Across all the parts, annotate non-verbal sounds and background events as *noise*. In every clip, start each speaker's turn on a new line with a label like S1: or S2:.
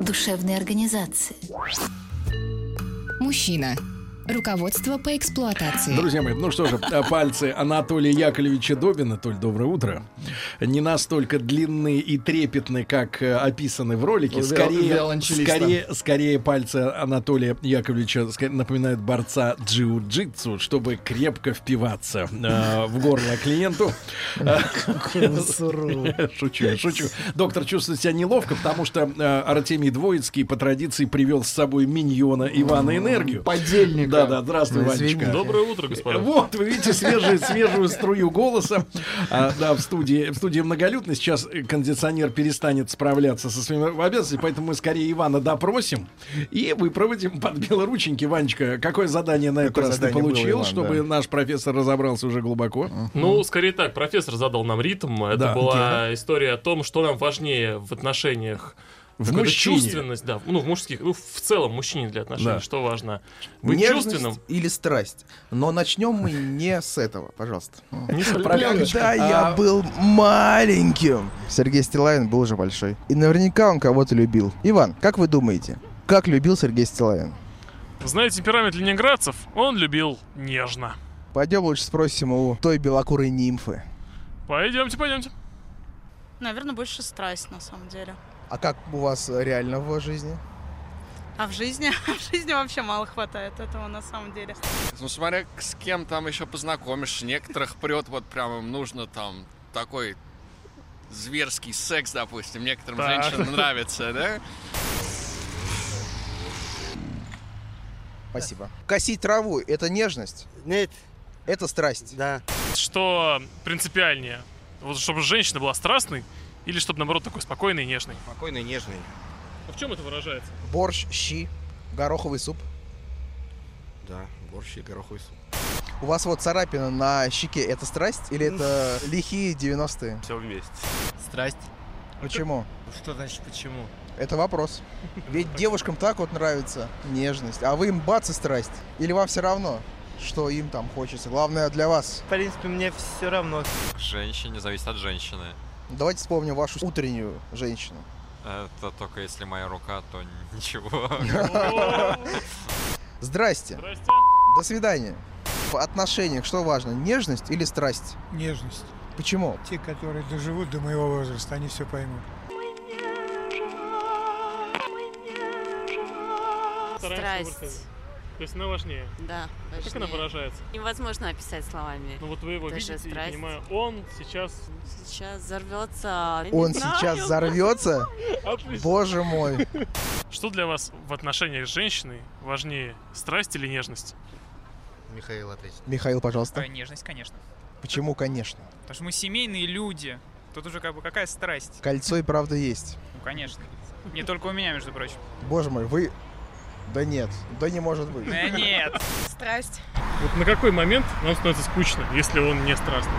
S1: душевной организации.
S2: Мужчина. Руководство по эксплуатации.
S3: Друзья мои, ну что же, а пальцы Анатолия Яковлевича Добина, Толь, доброе утро, не настолько длинные и трепетные, как э, описаны в ролике.
S4: Ну, виол-
S3: Скорее,
S4: виолончелиста.
S3: скорее, скорее пальцы Анатолия Яковлевича ска- напоминают борца джиу-джитсу, чтобы крепко впиваться э, в горло клиенту. *laughs* Шучу, я шучу. Доктор чувствует себя неловко, потому что э, Артемий Двоицкий по традиции привел с собой миньона Ивана Энергию.
S4: Подельник.
S3: Да-да, здравствуй,
S4: Ну,
S3: Ванечка.
S4: извините.
S5: Доброе утро, господа.
S3: Вот, вы видите свежую, свежую струю голоса. А, да, в студии, в студии многолюдно. Сейчас э, кондиционер перестанет справляться со своими обязанностями, поэтому мы скорее Ивана допросим и выпроводим под белорученьки. Ванечка, какое задание на этот
S4: Какое
S3: раз ты
S4: задание было,
S3: получил,
S4: Иван,
S3: чтобы
S4: да.
S3: наш профессор разобрался уже глубоко?
S5: Ну, скорее так, профессор задал нам ритм. Это
S3: Да.
S5: была история о том, что нам важнее в отношениях.
S3: В
S5: Какая-то
S3: мужчине.
S5: чувственность, да, ну, в мужских, ну, в целом мужчине для отношений,
S3: Да.
S5: что важно. Быть
S4: Нежность
S5: чувственным.
S4: или страсть. Но начнем мы не с этого, пожалуйста.
S5: Не А с-
S4: Когда я был маленьким. Сергей Стилавин был уже большой. И наверняка он кого-то любил. Иван, как вы думаете, как любил Сергей Стилавин?
S5: Знаете, темперамент ленинградцев он любил нежно.
S4: Пойдем лучше спросим у той белокурой нимфы.
S5: Пойдемте, пойдемте.
S6: Наверное, больше страсть, на самом деле.
S4: А как у вас э, реально в жизни?
S6: А в жизни? *laughs* В жизни вообще мало хватает этого, на самом деле.
S7: Ну, смотря с кем там еще познакомишь, некоторых прет, вот прям им нужно там такой зверский секс, допустим, некоторым
S5: Так.
S7: женщинам нравится, да?
S4: Спасибо. Косить траву – это нежность?
S8: Нет,
S4: Это страсть?
S8: да.
S5: Что принципиальнее? Вот чтобы женщина была страстной или чтобы, наоборот, такой спокойной и нежной? А
S8: Спокойный, нежный.
S5: В чем это выражается?
S4: Борщ, щи, гороховый суп.
S8: Да, борщ и гороховый суп.
S4: У вас вот царапина на щеке – это страсть или это лихие 90-е?
S5: Все вместе.
S8: Страсть.
S4: Почему?
S8: Что значит почему?
S4: Это вопрос. Ведь девушкам так вот нравится нежность, а вы им бац и страсть. Или вам все равно, что им там хочется? Главное для вас.
S8: В принципе, мне все равно.
S9: женщине зависит от женщины.
S4: Давайте вспомним вашу утреннюю женщину.
S9: Это только если моя рука, то ничего.
S4: Здрасте.
S5: Здрасте.
S4: До свидания. В отношениях что важно, нежность или страсть?
S10: Нежность.
S4: Почему?
S10: Те, которые доживут до моего возраста, они все поймут.
S6: Страсть,
S5: То есть она важнее.
S6: да.
S5: Как она выражается?
S6: Невозможно описать словами.
S5: Ну вот вы его
S6: Даже
S5: видите, я
S6: страсть.
S5: понимаю, он сейчас...
S6: Сейчас взорвется.
S4: Он сейчас взорвется? Боже мой.
S5: Что для вас в отношениях с женщиной важнее, страсть или нежность?
S8: Михаил ответит.
S4: Михаил, пожалуйста.
S10: Нежность, конечно.
S4: Почему, конечно?
S10: Потому что мы семейные люди. Тут уже как бы какая страсть?
S4: Кольцо и правда есть.
S10: Ну, конечно. Не только у меня, между прочим.
S4: Боже мой, вы... Да нет, да не может быть.
S10: Да нет.
S6: Страсть.
S5: Вот на какой момент нам становится скучно, если он не страстный?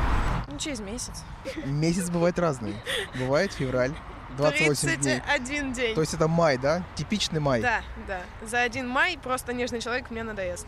S6: Ну, через месяц.
S4: Месяц бывает разный. Бывает февраль, 28 дней.
S6: один день.
S4: То есть это май, да? Типичный май.
S6: Да, да. За один май просто нежный человек мне надоест.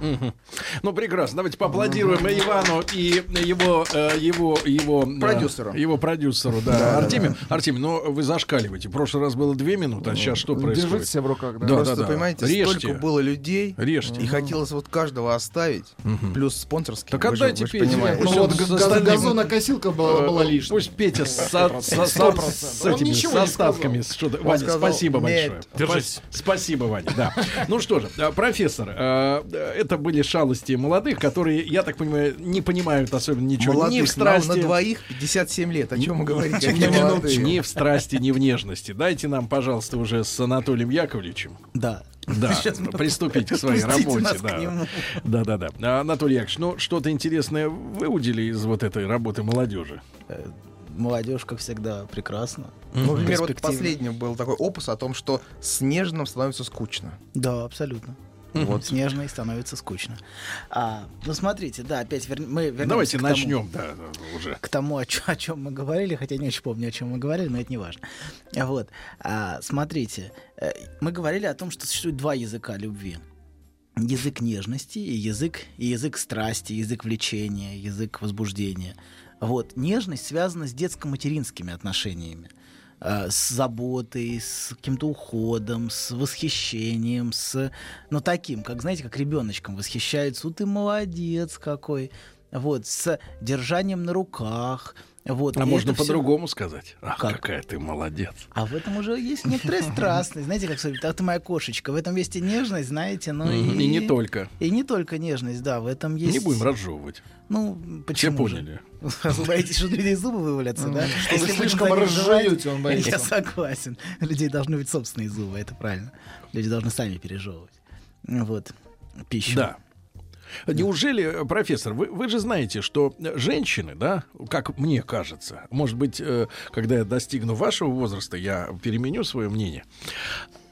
S3: Мгм. Ну прекрасно. Давайте поаплодируем Ивану и его э, его его э,
S4: Продюсеру.
S3: его продюсеру, да. Артемий, Артемий, ну вы зашкаливаете. В прошлый раз было две минуты, а сейчас что происходит?
S4: Ну, себя в руках,
S3: Да,
S4: Просто,
S3: да, да.
S4: понимаете,
S3: Режьте.
S4: столько было людей,
S3: Режьте.
S4: и хотелось вот каждого оставить, плюс спонсорский.
S3: Так
S4: Вы же-
S3: отдайте Ну,
S4: вы же
S3: Пете.
S4: понимаете. Ну,
S3: Пусть он с остальным-
S10: газонокосилка *laughs* была, была
S3: Э, Пусть Петя с, со- со- со- с этими с остатками. с- что-то- Ваня,
S4: сказал,
S3: спасибо
S4: «Нет».
S3: большое.
S5: Держись.
S3: Спас- Спасибо, Ваня. Да. Ну что же, э, профессор, э, э, это были шалости молодых, которые, я так понимаю, не понимают особенно ничего. ни в
S4: Молодых, нам
S3: страсти.
S4: на двоих 57 лет. О чем вы говорите?
S3: ни,
S4: Какие
S3: в-
S4: молодые?
S3: ни в страсти, ни в нежности. Дайте нам, пожалуйста, уже с Анатолием Яковлевичем.
S8: Да.
S4: *laughs*
S3: Да, приступить к своей
S8: Пустите
S3: работе.
S8: нас к
S3: Да.
S8: нему.
S3: да, да, да. А, Анатолий Яковлевич, ну что-то интересное выудили из вот этой работы молодежи.
S4: молодежь, как всегда, прекрасна.
S11: Ну, например, вот
S4: Перспективно.
S11: последним был такой опус о том, что снежным становится скучно.
S4: Да, абсолютно. Вот снежный становится скучно. А, ну смотрите, да, опять вер- мы вернемся
S3: Давайте
S4: к тому-
S3: начнем, да, да, уже.
S4: к тому, о, чё- о чем мы говорили, хотя не очень помню, о чем мы говорили, но это не важно. Вот, А, смотрите, э, мы говорили о том, что существует два языка любви. Язык нежности и язык, и язык страсти, язык влечения, язык возбуждения. Вот, нежность связана с детско-материнскими отношениями э, с заботой, с каким-то уходом, с восхищением, с, ну, таким, как, знаете, как ребеночком восхищается, «У, ты молодец какой, вот, с держанием на руках, вот.
S3: А
S4: и
S3: можно
S4: это всё-
S3: по-другому сказать. Ах, какая ты молодец.
S4: А в этом уже есть некоторая страстность, знаете, как сказать, «А ты моя кошечка, в этом есть и нежность, знаете, но
S3: Мгм.
S4: Ну и...
S3: И не только.
S4: И не только нежность, да, в этом есть...
S3: Не будем разжевывать.
S4: Ну, почему же?
S3: поняли.
S4: Вы *laughs* боитесь, что у людей зубы вывалятся, да?
S11: Что вы
S4: будем
S11: слишком
S4: за них жевать,
S11: разжуете, он боится.
S4: Я согласен. У людей должны быть собственные зубы, это правильно. Люди должны сами пережевывать. Вот. Пищу.
S3: Да. Неужели, э, профессор, вы, вы же знаете, что э, женщины, да, как мне кажется, может быть, э, когда я достигну вашего возраста, я переменю свое мнение.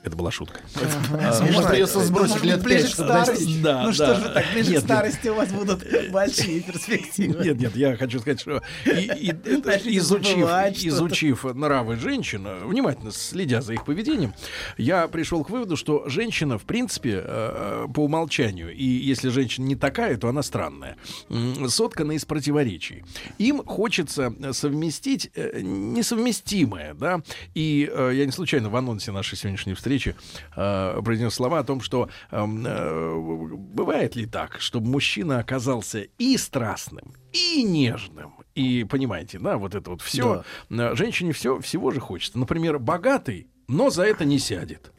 S3: Это была шутка. А,
S4: Смешно.
S3: может,
S4: Ну, может быть, ближе к
S3: пять, да,
S4: старости.
S3: да,
S4: Ну что
S3: да.
S4: же вы так, ближе
S3: Нет, нет.
S4: к старости у вас будут
S3: *laughs*
S4: большие перспективы.
S3: Нет, нет, я хочу сказать, что и- и- это,
S4: Начните
S3: изучив,
S4: забывать что-то.
S3: изучив нравы женщин, э, внимательно следя за их поведением, я пришел к выводу, что женщина, в принципе, э, по умолчанию, и если женщина не такая, то она странная, м, соткана из противоречий. Им хочется э, совместить э, несовместимое, да, и э, я не случайно в анонсе нашей сегодняшней встречи э, произнес слова о том, что эм, э, бывает ли так, чтобы мужчина оказался и страстным, и нежным. И понимаете, да, вот это вот все. э, Женщине все, всего же хочется. Например, богатый, но за это не сядет.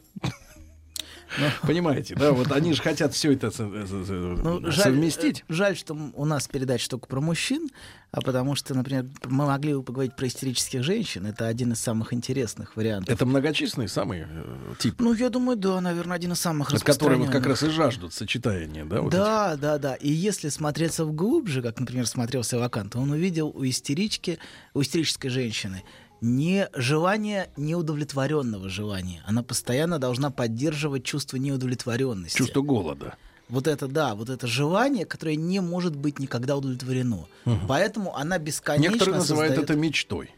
S3: Понимаете, да, вот они же хотят все это со- со- со-
S4: Ну, жаль,
S3: совместить.
S4: э, Жаль, что м- у нас передача только про мужчин, а потому что, например, мы могли бы поговорить про истерических женщин. Это один из самых интересных вариантов.
S3: Это многочисленные самые э, типы,
S4: Ну, я думаю, да, наверное, один из самых
S3: от которых вот как
S4: распространенных.
S3: раз и жаждут сочетания, да? вот эти.
S4: да, да, да. И если смотреться вглубже, как, например, смотрелся Вакант, он увидел у истерички, у истерической женщины не желание неудовлетворенного желания. Она постоянно должна поддерживать чувство неудовлетворенности.
S3: Чувство голода.
S4: Вот это, да, вот это желание, которое не может быть никогда удовлетворено.
S3: Мгм.
S4: Поэтому она бесконечно
S3: Некоторые называют
S4: создаёт-
S3: это мечтой.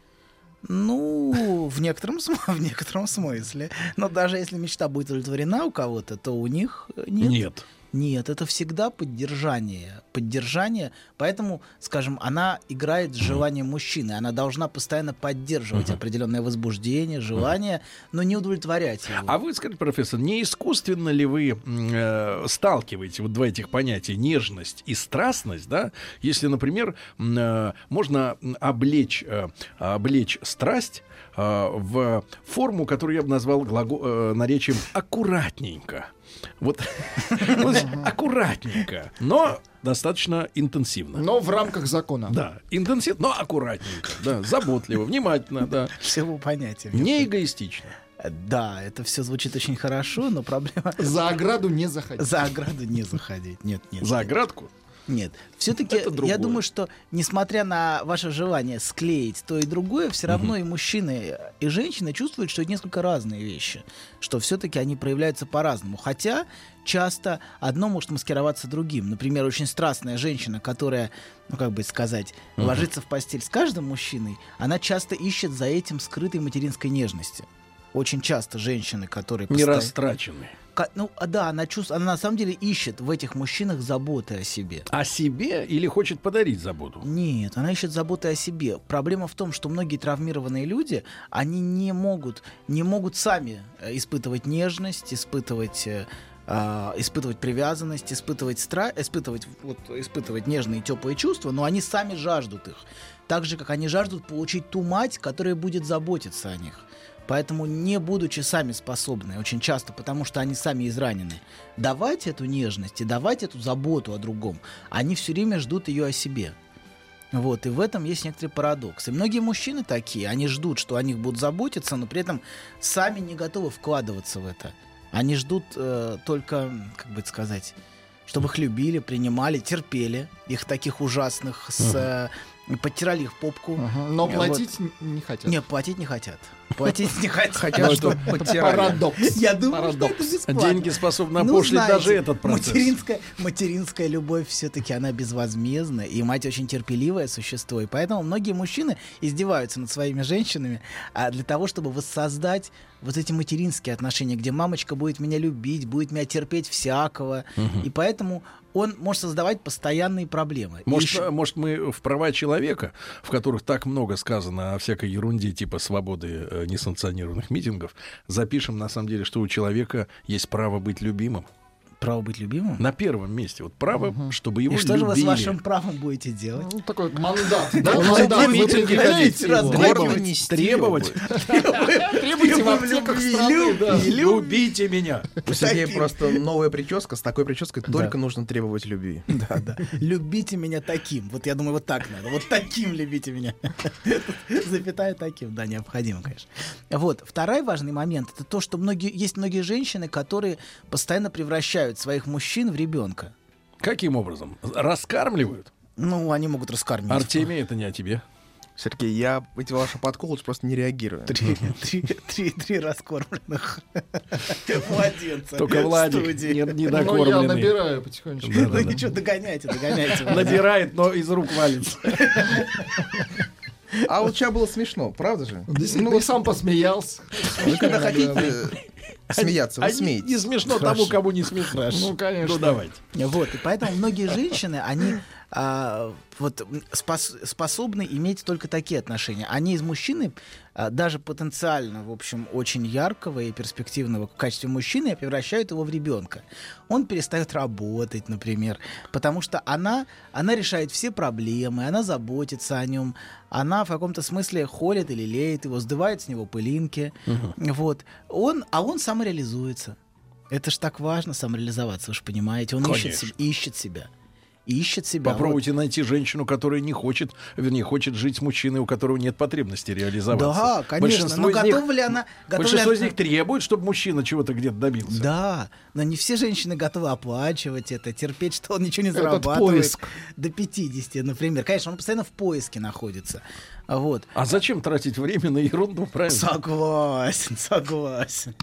S4: ну, в некотором, см- *laughs* в некотором смысле. Но даже если мечта будет удовлетворена у кого-то, то у них э, нет.
S3: Нет.
S4: Нет, это всегда поддержание. Поддержание. Поэтому, скажем, она играет с желанием мужчины. Она должна постоянно поддерживать определенное возбуждение, желание, но не удовлетворять его.
S3: А вы, скажите, профессор, не искусственно ли вы м, э, сталкиваете вот два этих понятия нежность и страстность, да? Если, например, м, э, можно м, облечь, э, облечь страсть э, в форму, которую я бы назвал глаго- э, наречием аккуратненько. Вот *laughs* ну, то есть аккуратненько, но достаточно интенсивно.
S10: Но в рамках закона.
S3: Да, интенсивно, но аккуратненько, да, заботливо, внимательно, да.
S4: Всего понятия.
S3: Не эгоистично.
S4: Да, это все звучит очень хорошо, но проблема...
S10: За ограду не заходить.
S4: За ограду не заходить. Нет, нет.
S3: За
S4: нет.
S3: оградку?
S4: Нет. Все-таки я думаю, что несмотря на ваше желание склеить то и другое, все равно и мужчины, и женщины чувствуют, что это несколько разные вещи, что все-таки они проявляются по-разному. Хотя часто одно может маскироваться другим. Например, очень страстная женщина, которая, ну как бы сказать,
S12: Мгм.
S4: ложится в постель с каждым мужчиной, она часто ищет за этим скрытой материнской нежности. Очень часто женщины, которые
S3: Не
S4: постоянно-
S3: растраченный.
S4: Ка- Ну, а да, она чувствует, она на самом деле ищет в этих мужчинах заботы о себе.
S3: О А себе или хочет подарить заботу?
S4: Нет, она ищет заботы о себе. Проблема в том, что многие травмированные люди, они не могут, не могут сами э, испытывать нежность, испытывать э, а, испытывать привязанность, испытывать страх, испытывать, вот, испытывать нежные и теплые чувства, но они сами жаждут их. Так же, как они жаждут получить ту мать, которая будет заботиться о них. Поэтому не будучи сами способны очень часто, потому что они сами изранены, давать эту нежность и давать эту заботу о другом, они все время ждут ее о себе. Вот, и в этом есть некоторый парадокс. И многие мужчины такие, они ждут, что о них будут заботиться, но при этом сами не готовы вкладываться в это. Они ждут э, только, как бы это сказать, чтобы их любили, принимали, терпели их таких ужасных с э, И подтирали их попку. Э,
S10: Но
S4: Вот.
S10: платить н- не хотят.
S4: Не, платить не хотят. Платить
S10: *laughs*
S4: не хотят.
S10: Хотят,
S4: Ну,
S10: чтоб
S4: это
S10: подтирали. Парадокс.
S4: Я думаю, что
S10: Парадокс.
S4: это бесплатно.
S3: Деньги способны опошлить
S4: Ну, знаете,
S3: даже этот процесс.
S4: Материнская, материнская любовь все-таки она безвозмездная, и мать очень терпеливое существо. И поэтому многие мужчины издеваются над своими женщинами а для того, чтобы воссоздать вот эти материнские отношения, где мамочка будет меня любить, будет меня терпеть всякого.
S3: Мгм.
S4: И поэтому он может создавать постоянные проблемы. И
S3: Может,
S4: ещё-
S3: э, может, мы в права человека, в которых так много сказано о всякой ерунде типа свободы э, несанкционированных митингов, запишем на самом деле, что у человека есть право быть любимым.
S4: Право быть любимым?
S3: На первом месте. Вот право, чтобы его
S4: И что же вы с
S3: любили.
S4: вашим правом будете делать?
S10: Ну, такой мандат, да?
S4: Ну,
S10: Мандат
S4: вы
S10: митинги ходите
S4: приходите,
S10: его.
S4: разгоняйте.
S10: Требовать.
S3: Требовать.
S10: Требуйте в аптеках страны, да.
S3: Любите меня.
S12: У Сергея просто новая прическа. С такой прической только *laughs* нужно требовать любви.
S4: Да, да. Любите меня таким. Вот я думаю, вот так надо. Вот таким любите меня. *laughs* Запятая таким, да, необходимо, конечно. Вот. Второй важный момент это то, что многие есть многие женщины, которые постоянно превращают своих мужчин в ребенка.
S3: Каким образом? Раскармливают?
S4: Ну, они могут раскармливать.
S3: Артемий, это не о тебе.
S12: Сергей, я эти ваши подколы просто не реагирую.
S4: Три, *laughs* три, три, три раскормленных *laughs* младенца.
S3: Только
S4: в
S3: Владик
S4: студии.
S3: не- не
S10: Ну, я набираю потихонечку.
S4: Ну ничего, догоняйте, догоняйте.
S3: Набирает, но из рук валится.
S12: А вот сейчас было смешно, правда же? Ну
S10: Действительно, ты сам посмеялся.
S12: Вы когда хотите э, смеяться, вы
S4: Они- они
S12: смеетесь.
S4: не смешно тому, Хорошо. кому
S3: не смешно.
S4: Ну,
S3: конечно. Ну, давайте.
S4: Вот, и поэтому многие женщины, они а, вот, м, спос- способны иметь только такие отношения. Они из мужчины, а, даже потенциально, в общем, очень яркого и перспективного в качестве мужчины, превращают его в ребенка. Он перестает работать, например, потому что она, она решает все проблемы, она заботится о нем, она в каком-то смысле холит или леет его, сдувает с него пылинки. Вот. Он, а он самореализуется. Это ж так важно самореализоваться, вы же понимаете. Он ищет,
S3: Конечно.
S4: се- ищет себя. Ищет себя.
S3: Попробуйте найти женщину, которая не хочет, вернее, хочет жить с мужчиной, у которого нет потребности
S4: Вот.
S3: реализоваться.
S4: Да, конечно.
S3: Большинство
S12: Ну,
S4: Но
S3: из них-
S4: готова ли она... готова ли
S3: Большинство
S4: она-
S3: из них требует, чтобы мужчина чего-то где-то добился.
S4: Да, но не все женщины готовы оплачивать это, терпеть, что он ничего не
S3: Этот
S4: зарабатывает.
S3: поиск.
S4: До 50, например. Конечно, он постоянно в поиске находится. А Вот.
S3: А зачем тратить время на ерунду, правильно?
S4: Согласен, согласен.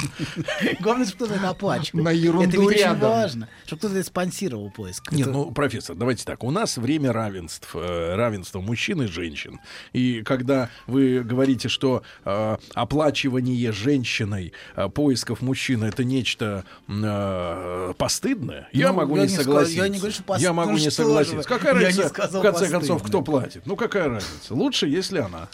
S4: *laughs* Главное, чтобы кто-то это оплачивал.
S10: На ерунду
S4: Это ведь очень
S10: рядом.
S4: важно, чтобы кто-то это спонсировал поиск.
S3: Нет,
S4: Кто-
S3: ну, профессор, давайте так. У нас время равенств, э, равенство мужчин и женщин. И когда вы говорите, что э, оплачивание женщиной э, поисков мужчин это нечто м, э, постыдное, я
S4: Ну,
S3: могу
S4: я
S3: не
S4: не сказ-
S3: согласиться.
S4: я не говорю, что пост-
S3: Я могу
S4: ну
S3: не
S4: что же вы,
S3: согласиться. Какая
S4: я не
S3: разница,
S4: сказал
S3: в конце
S4: постыдное.
S3: концов, кто платит? Ну, какая разница? Лучше, если она.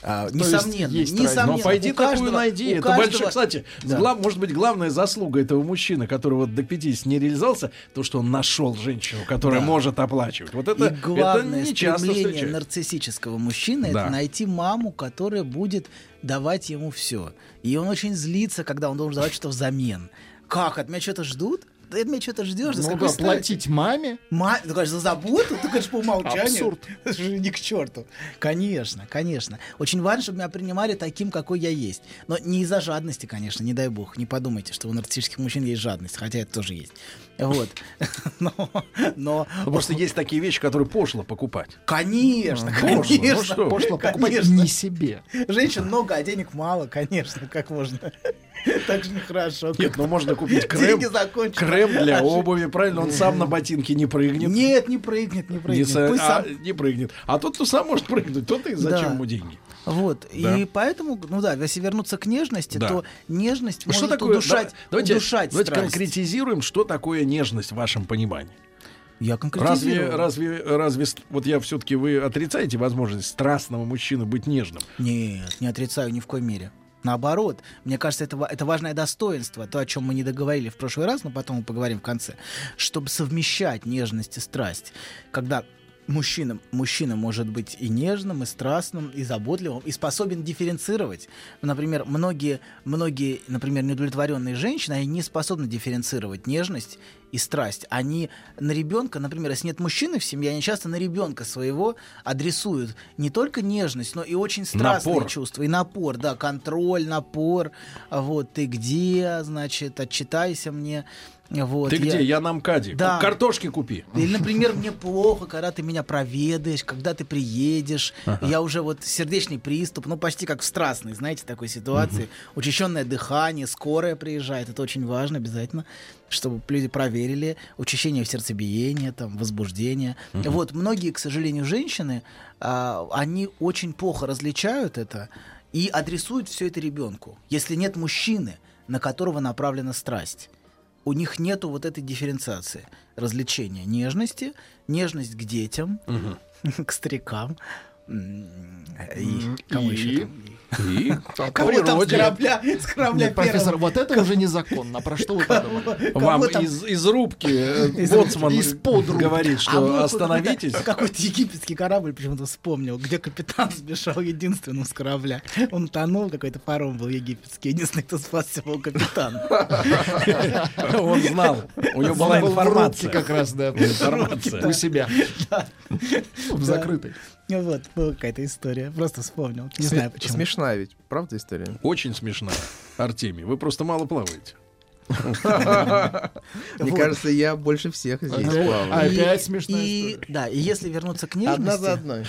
S3: То есть
S4: А, несомненно,
S3: есть
S4: несомненно.
S3: разница. Но пойди
S4: У
S3: такую
S4: каждого-
S3: найди.
S4: у
S3: Это
S4: каждого-
S3: большая, кстати,
S4: Да.
S3: глав- А может быть, главная заслуга этого мужчины, который вот до 50 не реализовался, то, что он нашел женщину, которая
S4: Да.
S3: может оплачивать. Вот это,
S4: и главное
S3: это не часто
S4: стремление
S3: встречается.
S4: нарциссического мужчины
S3: Да.
S4: это найти маму, которая будет давать ему все. И он очень злится, когда он должен давать что взамен. Как? От меня что-то ждут? Ты от меня что-то ждешь? Да с
S10: Ну
S4: какой
S10: да,
S4: стати?
S10: платить маме.
S4: Ма... Ты конечно, за заботу? Ты, конечно, по умолчанию.
S10: Абсурд.
S4: *laughs* Это же не к черту. Конечно, конечно. Очень важно, чтобы меня принимали таким, какой я есть. Но не из-за жадности, конечно, не дай бог. Не подумайте, что у нарциссических мужчин есть жадность, хотя это тоже есть. Вот. *laughs* Но, но...
S3: Ну, Просто есть такие вещи, которые пошло покупать.
S4: Конечно,
S3: Пошло, ну
S4: конечно.
S3: что? Пошло
S10: покупать
S4: конечно.
S10: не себе.
S4: Женщин много, а денег мало, конечно, как можно. *laughs* Так же нехорошо.
S3: Нет, ну можно купить крем,
S4: Деньги закончились.
S3: крем для
S4: А жи-
S3: обуви, правильно? Он сам на ботинке не прыгнет.
S4: Нет, не прыгнет, не
S3: Не,
S4: прыгнет.
S3: со-
S4: Пусть
S3: а,
S4: сам
S3: не прыгнет. А тот, кто сам может прыгнуть, тот и зачем
S4: Да.
S3: ему деньги?
S4: Вот,
S3: а, Да.
S4: и поэтому, ну да, если вернуться к нежности,
S3: Да.
S4: то нежность
S3: Что
S4: может
S3: такое
S4: удушать,
S3: да- давайте,
S4: удушать
S3: давайте
S4: страсть.
S3: конкретизируем, что такое нежность в вашем понимании.
S4: Я
S3: Разве,
S4: конкретизирую.
S3: разве, разве, ст- вот я все-таки, вы отрицаете возможность страстного мужчины быть нежным?
S4: Нет, не отрицаю ни в коей мере. Наоборот, мне кажется, это, ва- это важное достоинство, то, о чем мы не договорили в прошлый раз, но потом мы поговорим в конце, чтобы совмещать нежность и страсть. Когда мужчина, мужчина может быть и нежным, и страстным, и заботливым, и способен дифференцировать. Например, многие, многие например, неудовлетворенные женщины, они не способны дифференцировать нежность и страсть. Они на ребенка, например, если нет мужчины в семье, они часто на ребенка своего адресуют не только нежность, но и очень страстные
S3: Напор.
S4: чувства. И напор, да, контроль, напор. А Вот ты где, значит, отчитайся мне. Вот,
S3: Ты где? Я на МКАДе.
S4: Да.
S3: Картошки купи.
S4: Или, например, мне плохо, когда ты меня проведаешь, когда ты приедешь.
S3: Ага.
S4: Я уже вот сердечный приступ, ну почти как в страстной, знаете, такой ситуации. Учащенное дыхание, скорая приезжает, это очень важно обязательно, чтобы люди проверили учащение в сердцебиении, там, возбуждение.
S13: Мгм.
S4: Вот многие, к сожалению, женщины, а, они очень плохо различают это и адресуют все это ребенку. Если нет мужчины, на которого направлена страсть у них нету вот этой дифференциации развлечения нежности, нежность к детям, *laughs* к старикам. м, И кому еще там?
S3: И?
S4: А Кого там с корабля, с корабля
S10: Нет, профессор,
S4: первым?
S10: вот это уже незаконно. Про что вы подумали?
S3: Вам из, из рубки э,
S4: *laughs* Из
S3: боцман
S4: рубки. Из-под рубки.
S3: говорит,
S4: А
S3: что
S4: мы вот
S3: остановитесь.
S4: какой-то- *laughs* Какой-то египетский корабль почему-то вспомнил, где капитан сбежал единственным с корабля. Он тонул, какой-то паром был египетский. Единственный, кто спасся, был капитан.
S3: Он знал. У него была
S10: Был в рубке
S3: информация.
S10: как раз, да.
S3: Информация.
S10: У себя. В
S4: Да.
S10: закрытой.
S4: Ну Вот, была какая-то история. Просто вспомнил. Не
S11: Сме-
S4: знаю почему.
S11: Смешная ведь, правда история?
S3: Очень смешная. Артемий, вы просто мало плаваете.
S11: Мне
S4: Вот.
S11: кажется, я больше всех здесь
S4: Ну,
S11: плаваю.
S4: и- и- Да, и если вернуться к нежности...
S11: Одна за одной.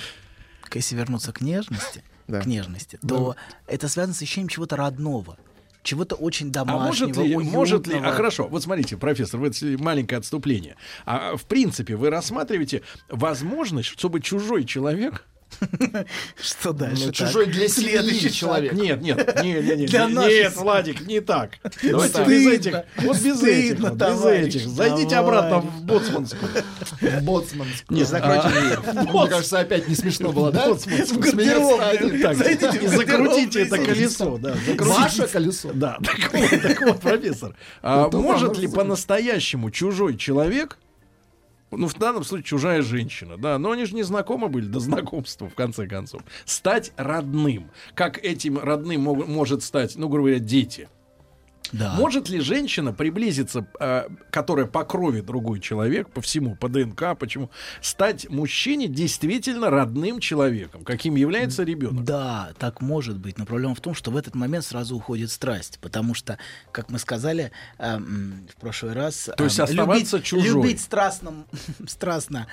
S4: к- Если вернуться к нежности,
S11: Да.
S4: к нежности,
S11: Да.
S4: то это связано с ощущением чего-то родного, чего-то очень
S3: А
S4: домашнего,
S3: может ли,
S4: уютного.
S3: может ли, а хорошо, вот смотрите, профессор, вот с- маленькое отступление. А в принципе, вы рассматриваете возможность, чтобы чужой человек ну,
S4: Что дальше? так?
S10: чужой для семьи
S4: Следующий
S10: человек.
S3: Нет, нет, не, не, не,
S4: Для
S3: не,
S4: нашей
S3: нет,
S4: семьи.
S3: Владик, не так. Давайте
S4: Стыдно,
S3: без этих, вот без
S4: стыдно,
S3: этих, вот, без
S4: товарищ,
S3: этих. Зайдите
S4: товарищ.
S3: обратно в боцманскую.
S10: Боцманскую.
S3: Нет, а,
S10: Мне кажется, опять не смешно было, да?
S3: Боцманскую.
S10: В гардеробную.
S3: Смеяться, так,
S10: Зайдите
S3: и
S10: в
S3: *laughs* закрутите это
S10: гардеробную.
S3: колесо, да, закрутите.
S10: Ваше колесо.
S3: Да, *laughs* так вот, так вот, профессор. а
S10: Ну, то
S3: может
S10: оно
S3: ли
S10: же-
S3: по-настоящему чужой человек, ну, в данном случае чужая женщина, да, но они же не знакомы были до знакомства, в конце концов, стать родным? Как этим родным мог- может стать, ну, грубо говоря, дети? Может ли женщина приблизиться, э, которая по крови другой человек, по всему, по ДНК, почему, стать мужчине действительно родным человеком, каким является ребенок?
S4: Да, так может быть. Но проблема в том, что в этот момент сразу уходит страсть. Потому что, как мы сказали эм, в прошлый раз...
S3: То есть
S4: эм,
S3: оставаться
S4: любить,
S3: чужой.
S4: Любить страстно, *laughs* страстно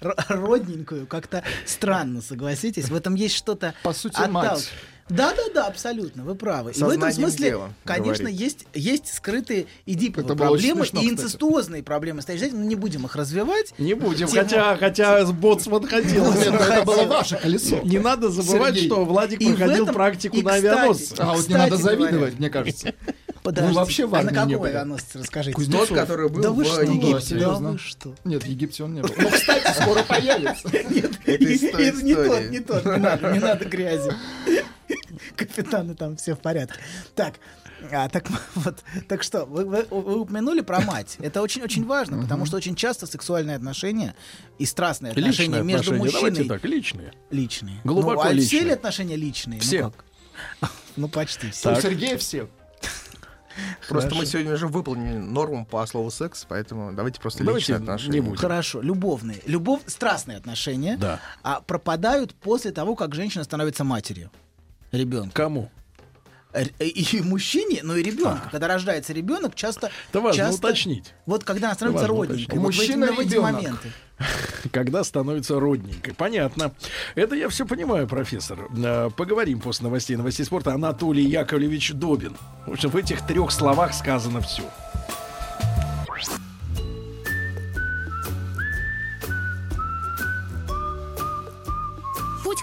S4: р- родненькую как-то странно, согласитесь. В этом есть что-то... По сути,
S10: мать.
S4: Да, да, да, абсолютно, вы правы. И в этом
S11: Сознанием
S4: смысле,
S11: дела,
S4: конечно,
S11: говорит.
S4: есть, есть скрытые эдиповые
S11: Это было очень
S4: проблемы
S11: смешно,
S4: и
S11: кстати.
S4: инцестуозные проблемы. Стоять, мы не будем их развивать.
S3: Не будем,
S4: Тему-
S3: хотя, хотя Боцман хотел.
S4: Боцман
S3: Нет,
S4: хотел.
S10: колесо.
S3: Не надо забывать,
S10: Сергей.
S3: что Владик
S4: И в
S3: проходил
S4: этом-
S3: практику
S4: и,
S3: на
S4: кстати,
S3: авианосце.
S10: А вот не
S4: кстати
S10: надо
S4: говоря.
S10: завидовать, мне
S3: *laughs*
S10: кажется.
S4: Подождите,
S10: Вы вообще в
S4: а
S10: армии
S4: на
S10: не
S4: каком
S10: были?
S4: авианосце, расскажите?
S10: Кузнецов.
S4: Тот, который был Да вы в что? Египте. Да вы что?
S10: Нет, в Египте он не был. Ну, кстати, скоро появится.
S4: И- и- не тот, не тот, не надо, не надо грязи. Капитаны там все в порядке. Так, а, так вот, так что вы, вы- вы упомянули про мать. Это очень очень важно, потому что очень часто сексуальные отношения и страстные отношения
S3: Личные
S4: между
S3: отношения. Давайте
S4: мужчиной
S3: так, личные.
S4: личные.
S3: Глубоко
S4: ну, а
S3: личные.
S4: все ли отношения личные?
S3: Все.
S4: Ну, как? ну почти все.
S10: У Сергея все.
S11: Просто
S4: Хорошо.
S11: мы сегодня уже выполнили норму по слову секс, поэтому давайте просто
S4: Давайте
S11: личные
S4: не
S11: отношения.
S4: будем. Хорошо, любовные. Любовь, страстные отношения
S3: Да.
S4: а, пропадают после того, как женщина становится матерью ребенка.
S3: Кому?
S4: э, И *laughs* мужчине, но и ребенку. Когда рождается ребенок, часто...
S3: А. Это важно
S4: часто-
S3: уточнить.
S4: Вот когда она становится
S3: важно уточнить.
S4: родненькой.
S3: А
S4: вот в эти-
S3: Мужчина
S4: в эти
S3: ребенок.
S4: моменты.
S3: когда становится родненькой. Понятно. Это я все понимаю, профессор. Э, Поговорим после новостей, новостей спорта. Анатолий Яковлевич Добин. В общем, в этих трех словах сказано все.
S1: Путь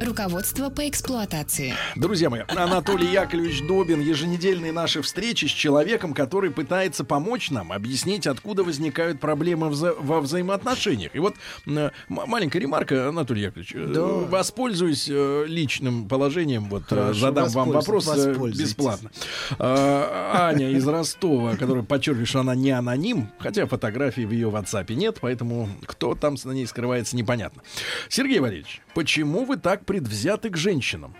S2: Руководство по эксплуатации.
S3: Друзья мои, Анатолий Яковлевич Добин, еженедельные наши встречи с человеком, который пытается помочь нам объяснить, откуда возникают проблемы вза- во взаимоотношениях. И вот э, м- маленькая ремарка, Анатолий Яковлевич, э, воспользуюсь э, личным положением, вот э,
S4: Хорошо,
S3: задам вам
S4: воспользуй-
S3: вопрос э,
S4: воспользуйтесь.
S3: бесплатно. Э, Аня из Ростова, которая подчеркивает, что она не аноним, хотя фотографий в ее WhatsApp нет, поэтому кто там с- на ней скрывается, непонятно. Сергей Валерьевич, почему вы так предвзяты к женщинам?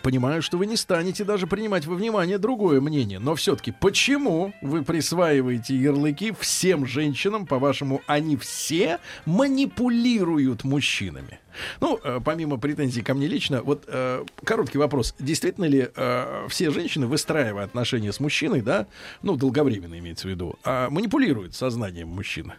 S3: Понимаю, что вы не станете даже принимать во внимание другое мнение, но все-таки почему вы присваиваете ярлыки всем женщинам, по-вашему, они все манипулируют мужчинами? Ну, э, помимо претензий ко мне лично, вот э, короткий вопрос. Действительно ли э, все женщины, выстраивая отношения с мужчиной, да, ну, долговременно имеется в виду, а манипулируют сознанием мужчины?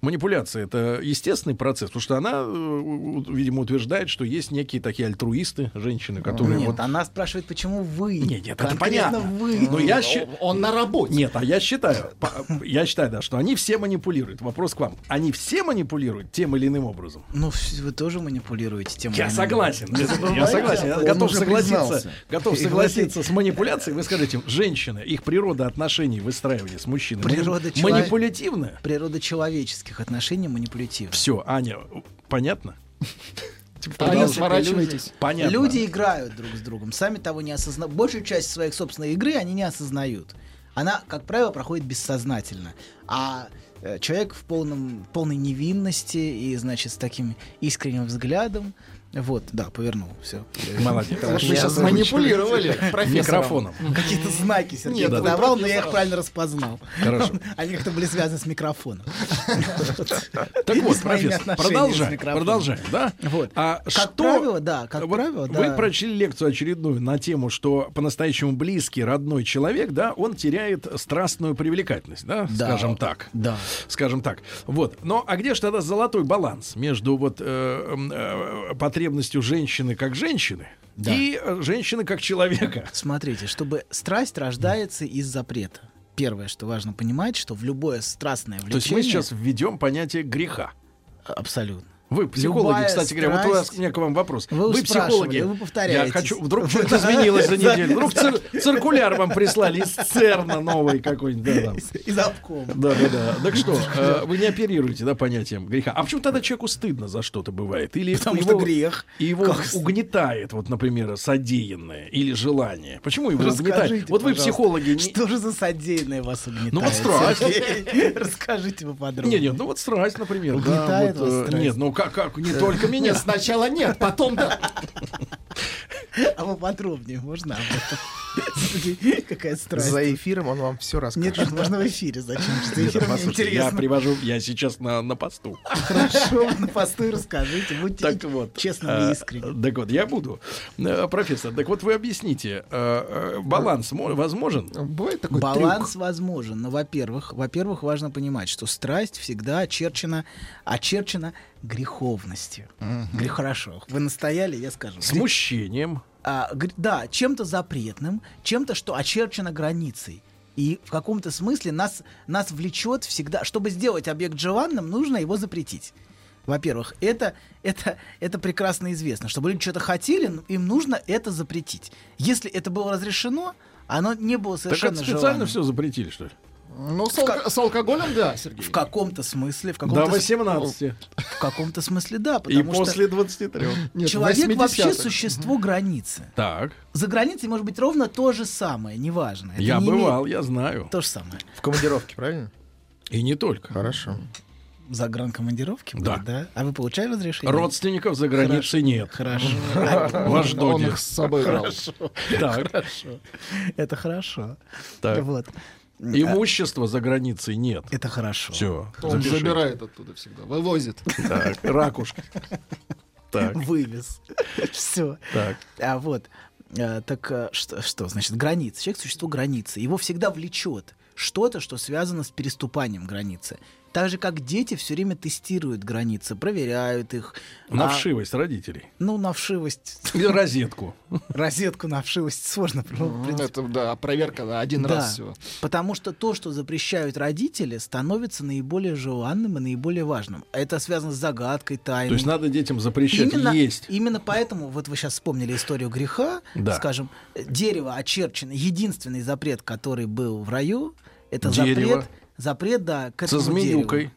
S3: манипуляция это естественный процесс, потому что она, э, у- у- видимо, утверждает, что есть некие такие альтруисты, женщины, которые
S4: Нет,
S3: вот.
S4: она спрашивает, почему вы?
S3: Нет, нет, это
S4: Конкретно
S3: понятно.
S4: вы.
S3: Но я щи-
S10: Он на работе.
S3: Нет, а я считаю, по- я считаю, да, что они все манипулируют. Вопрос к вам. Они все манипулируют тем или иным образом.
S4: Ну, вс- вы тоже манипулируете тем.
S3: Я
S4: или иным.
S3: согласен.
S4: Не
S3: Я
S4: забывайте,
S3: согласен. Я
S4: Ну, он
S3: готов
S4: уже
S3: согласиться.
S4: признался.
S3: Готов
S4: И
S3: согласиться с манипуляцией. Вы скажите, женщины, их природа отношений выстраивания с мужчиной.
S4: Природа
S3: мани-
S4: челов-
S3: манипулятивная?
S4: Природа человеческих отношений манипулятивна.
S3: Все, Аня, понятно? Типа,
S4: Понятно.
S3: принципе, люди- Понятно.
S4: Люди играют друг с другом, сами того не осознают. Большую часть своих собственной игры они не осознают. Она, как правило, проходит бессознательно. А э, человек в полном, полной невинности и, значит, с таким искренним взглядом. Вот, да, повернул, все.
S3: Молодец.
S4: Потому что
S3: Я
S4: щас
S3: озвучу.
S4: *laughs* манипулировали
S3: Микрофоном.
S4: профессором. ну Какие-то знаки Сергей
S3: Нет, вы
S4: подавал, но я их правильно распознал.
S3: Хорошо.
S4: *laughs* Они как-то были связаны
S3: *laughs*
S4: с микрофоном.
S3: Так
S4: И
S3: вот,
S4: с моими
S3: профессор,
S4: отношениями с
S3: продолжаем,
S4: микрофоном.
S3: продолжаем, да?
S4: Вот.
S3: А
S4: как
S3: что-
S4: правило, да, как правило, да.
S3: Вы прочли лекцию очередную на тему, что по-настоящему близкий, родной человек, да, он теряет страстную привлекательность, да,
S4: Да.
S3: скажем так.
S4: Да.
S3: Скажем так. Вот. Но а где же тогда золотой баланс между вот э, м, э, потребностью женщины как женщины
S4: Да.
S3: и э, женщины как человека?
S4: Смотрите, чтобы страсть рождается из запрета. Первое, что важно понимать, что в любое страстное
S3: То
S4: влечение...
S3: есть мы сейчас введем понятие греха.
S4: Абсолютно.
S3: Вы психологи,
S4: Любая
S3: кстати говоря, вот у вас у
S4: страсть-
S3: меня к вам вопрос.
S4: Вы уж
S3: психологи.
S4: спрашивали, вы повторяетесь.
S3: Я хочу, вдруг что-то изменилось за неделю. Вдруг цир- циркуляр вам прислали из ЦЕРНа новый какой-нибудь. да, *laughs* там.
S4: Из обкома.
S3: Да, да, да. Так что, э, вы не оперируете, да, понятием греха. А почему тогда человеку стыдно за что-то бывает? Или
S4: Потому
S3: его,
S4: что грех.
S3: и его
S4: Как с-
S3: угнетает, вот, например, содеянное или желание. Почему его
S4: Расскажите,
S3: угнетает? Вот вы
S4: пожалуйста,
S3: психологи. не-
S4: Что же за содеянное вас угнетает?
S3: Ну вот страсть.
S4: Сергей? *laughs* Расскажите поподробнее.
S3: Не, нет, ну вот страсть, например. да,
S4: Угнетает
S3: вот,
S4: вас
S3: э,
S4: страсть?
S3: Нет, ну как, как, не только меня.
S10: Нет, сначала нет, потом да.
S4: А поподробнее можно
S3: *laughs*
S4: об этом? Сергей, Какая страсть.
S12: За эфиром он вам все расскажет.
S4: Нет, нет, можно в эфире. Зачем? же? За
S3: Нет,
S4: эфиром мне
S3: послушайте, Я
S4: интересно.
S3: привожу, я сейчас на, на
S4: *laughs*
S3: посту.
S4: Хорошо, на посту и расскажите. Будьте
S3: Так вот.
S4: честными и
S3: э,
S4: искренними.
S3: Так вот, я буду. Э, Профессор, так вот вы объясните, э, э, баланс мо- возможен?
S10: Бывает
S4: Баланс возможен, но во-первых, во-первых, важно понимать, что страсть всегда очерчена, очерчена греховностью. Грех- Хорошо, вы настояли, я скажу.
S3: Смущением.
S4: А, гр- да, чем-то запретным, чем-то, что очерчено границей. И в каком-то смысле нас, нас влечет всегда. Чтобы сделать объект желанным, нужно его запретить. Во-первых, это, это, это прекрасно известно. Чтобы люди что-то хотели, ну, им нужно это запретить. Если это было разрешено, оно не было
S3: Так
S4: совершенно
S3: это специально
S4: желанным.
S3: все запретили, что ли?
S10: Ну, с, алко- с алкоголем, да, Сергей.
S4: В каком-то смысле, в
S3: До
S4: каком-то с-
S3: 18.
S4: в каком-то смысле, да,
S3: И
S4: потому
S3: после
S4: что
S3: 23.
S4: *laughs*
S10: Нет, в
S4: человек вообще
S10: 80-х.
S4: существо границы.
S3: Так,
S4: За границей может быть ровно то же самое, неважно. Это
S3: я
S4: не имеет-
S3: бывал, я знаю.
S4: То же самое.
S12: В командировке, правильно?
S3: И не только.
S12: Хорошо.
S4: За гранкомандировки? были,
S3: Да.
S4: да. А вы получали разрешение?
S3: Родственников за границей нет.
S4: Хорошо.
S3: В
S10: Он
S3: Аждоне.
S4: *laughs*
S10: их с собой брал.
S3: Так,
S4: Хорошо. Это хорошо.
S3: так.
S4: Вот. А,
S3: Имущества за границей нет.
S4: Это хорошо.
S3: Все.
S10: Он забирает оттуда всегда, вывозит.
S3: Так, ракушка. Так,
S4: Вывез. *laughs* Все.
S3: так.
S4: А вот, э, так э, что, что значит граница? Человек — существо границы. Его всегда влечет что-то, что связано с переступанием границы. Так же, как дети все время тестируют границы, проверяют их.
S3: На
S4: А,
S3: вшивость родителей.
S4: Ну, на вшивость. *laughs*
S3: И розетку.
S4: Розетку на вшивость сложно. ну, в принципе.
S10: Это, да, проверка на один
S4: Да,
S10: раз всего.
S4: Потому что то, что запрещают родители, становится наиболее желанным и наиболее важным. А Это связано с загадкой, тайной.
S3: То есть надо детям запрещать
S4: именно,
S3: есть.
S4: Именно поэтому, вот вы сейчас вспомнили историю греха,
S3: Да.
S4: скажем, э, дерево очерчено. Единственный запрет, который был в раю, это
S3: Дерево.
S4: запрет, запрет, да, к
S3: Со
S4: этому
S3: змеюкой.
S4: дереву.